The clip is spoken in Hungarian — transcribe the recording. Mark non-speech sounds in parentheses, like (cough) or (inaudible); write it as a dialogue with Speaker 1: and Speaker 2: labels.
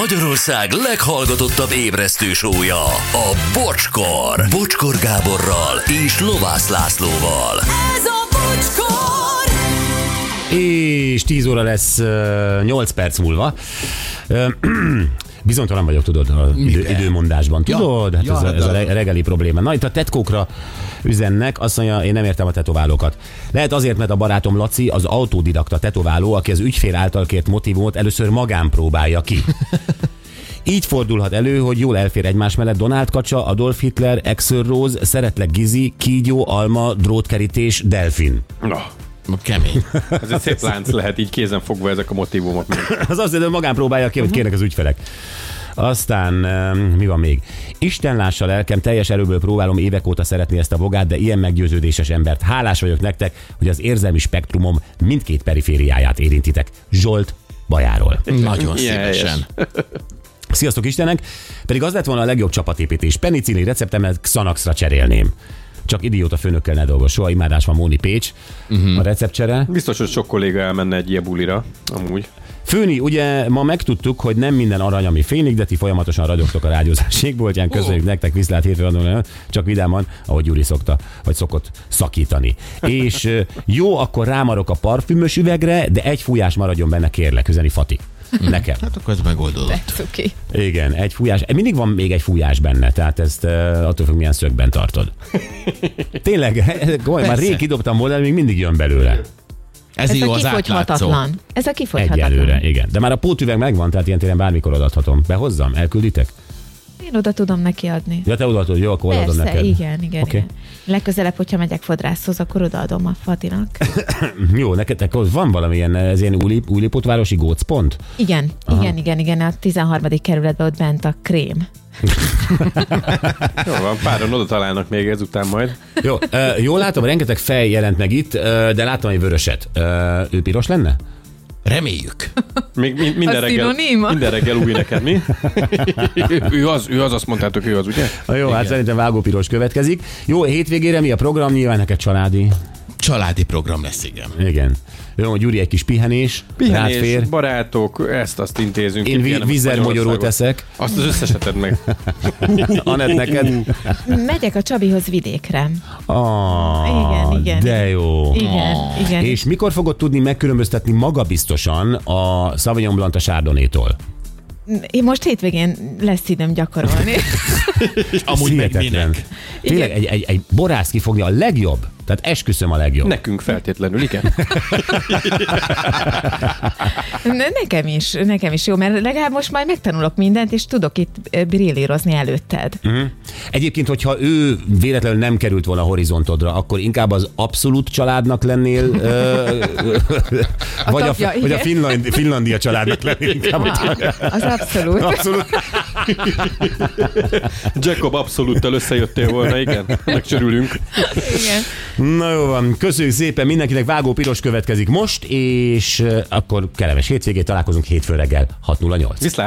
Speaker 1: Magyarország leghallgatottabb ébresztő sója, a Bocskor. Bocskor Gáborral és Lovász Lászlóval.
Speaker 2: Ez a bocskor!
Speaker 3: És 10 óra lesz ö, 8 perc múlva. Ö, (clears throat) Bizonytalan vagyok, tudod, a idő, időmondásban. Tudod, hát
Speaker 4: Ja,
Speaker 3: ez, a,
Speaker 4: hát
Speaker 3: ez a
Speaker 4: az-
Speaker 3: re- reggeli probléma. Na, itt a tetkókra üzennek, azt mondja, én nem értem a tetoválókat. Lehet azért, mert a barátom Laci az autodidakta tetováló, aki az ügyfél által kért motivumot először magán próbálja
Speaker 4: (laughs)
Speaker 3: ki. Így fordulhat elő, hogy jól elfér egymás mellett Donald Kacsa, Adolf Hitler, Exör Rose, Szeretlek Gizi, Kígyó, Alma, Drótkerítés, Delfin.
Speaker 5: Na,
Speaker 4: Kemény.
Speaker 5: ez egy szép lánc lehet, így kézen fogva ezek a motívumok.
Speaker 3: Az azt jelenti, hogy magán próbálja ki, hogy kérnek az ügyfelek. Aztán em, mi van még? Isten lássa lelkem, teljes erőből próbálom évek óta szeretni ezt a bogát, de ilyen meggyőződéses embert. Hálás vagyok nektek, hogy az érzelmi spektrumom mindkét perifériáját érintitek. Zsolt Bajáról.
Speaker 4: Nagyon
Speaker 5: Ilyen
Speaker 4: szívesen.
Speaker 3: Sziasztok Istenek! Pedig az lett volna a legjobb csapatépítés. Penicillin receptemet Xanaxra cserélném. Csak idióta főnökkel ne dolgozz. Soha imádás van Móni Pécs. Uh-huh. A receptcsere.
Speaker 5: Biztos, hogy sok kolléga elmenne egy ilyen bulira, amúgy.
Speaker 3: Főni, ugye ma megtudtuk, hogy nem minden arany, ami fénik, de ti folyamatosan ragyogtok a rádiózás égboltján. Köszönjük nektek, viszlát hétfő adóan, csak vidáman, ahogy Gyuri szokta, vagy szokott szakítani. És ö, jó, akkor rámarok a parfümös üvegre, de egy fújás maradjon benne, kérlek, üzeni Fati. Nekem.
Speaker 4: Hát akkor ez megoldódott.
Speaker 2: Cuki.
Speaker 3: Igen, egy fújás. Mindig van még egy fújás benne, tehát ezt uh, attól függ, milyen szögben tartod. Tényleg, goly, már
Speaker 4: Persze.
Speaker 3: rég kidobtam volna, de még mindig jön belőle.
Speaker 4: Ez,
Speaker 2: Ez
Speaker 4: jó
Speaker 2: a
Speaker 4: az átlátszó.
Speaker 2: kifogyhatatlan. Ez a kifogyhatatlan.
Speaker 3: Egyelőre, igen. De már a pótüveg megvan, tehát ilyen téren bármikor odaadhatom. Behozzam, elkülditek?
Speaker 2: Én oda tudom neki adni.
Speaker 3: Ja, te odaadod, jó, akkor odaadom
Speaker 2: Persze,
Speaker 3: neked.
Speaker 2: igen, igen,
Speaker 3: Oké.
Speaker 2: okay. igen. Legközelebb, hogyha megyek fodrászhoz, akkor odaadom a Fatinak.
Speaker 3: Mhm, Jó, neked akkor van valamilyen, eh, ez ilyen úli, úlipotvárosi gócpont?
Speaker 2: Igen, igen, igen, igen, a 13. kerületben ott bent a krém.
Speaker 5: Jó van, páran oda találnak még ezután majd.
Speaker 3: Jó, ö, jól látom, rengeteg fej jelent meg itt, ö, de láttam egy vöröset. Ö, ő piros lenne?
Speaker 4: Reméljük.
Speaker 5: Még mi- minden
Speaker 2: A
Speaker 5: reggel,
Speaker 2: szinoníma.
Speaker 5: minden reggel új neked, mi? (laughs) ő az, ő az, azt mondtátok, ő az, ugye?
Speaker 3: Jó, Igen. hát szerintem vágópiros következik. Jó, hétvégére mi a program? Nyilván neked családi.
Speaker 4: Családi program lesz, igen.
Speaker 3: Igen. Jó, Gyuri, egy kis pihenés.
Speaker 5: Pihenés,
Speaker 3: rád fér.
Speaker 5: barátok, ezt azt intézünk.
Speaker 3: Én vi-
Speaker 5: Ilyen,
Speaker 3: vizermagyorót
Speaker 5: Magyarországon.
Speaker 3: teszek.
Speaker 5: Azt az összeseted meg.
Speaker 3: Anett, neked?
Speaker 2: Megyek a Csabihoz vidékre.
Speaker 3: Ah,
Speaker 2: Igen, igen.
Speaker 3: De jó.
Speaker 2: Igen, oh. igen.
Speaker 3: Ah. És mikor fogod tudni megkülönböztetni magabiztosan a Sauvignon Blanc a Sárdonétól?
Speaker 2: Én most hétvégén lesz időm gyakorolni. (laughs)
Speaker 4: Amúgy meg
Speaker 3: Hihetetlen.
Speaker 4: minek?
Speaker 3: Tényleg egy, egy, egy borász kifogni a legjobb, tehát esküszöm a legjobb.
Speaker 5: Nekünk feltétlenül, (laughs) igen.
Speaker 2: Ne- nekem is, nekem is jó, mert legalább most majd megtanulok mindent, és tudok itt ö, brillírozni előtted.
Speaker 3: Mhm. Egyébként, hogyha ő véletlenül nem került volna a horizontodra, akkor inkább az abszolút családnak lennél, ö, ö, vagy, a,
Speaker 2: tapja,
Speaker 3: vagy a
Speaker 2: igen.
Speaker 3: Finland, Finlandia családnak lennél
Speaker 2: (laughs)
Speaker 3: inkább.
Speaker 2: Az abszolút.
Speaker 3: Abszolút.
Speaker 5: Jacob abszolúttal összejöttél volna, igen. Megcsörülünk.
Speaker 2: Igen.
Speaker 3: Na jó van, köszönjük szépen mindenkinek, Vágó Piros következik most, és ö, akkor kellemes hétvégét találkozunk hétfő reggel 6.08.
Speaker 5: Viszlát.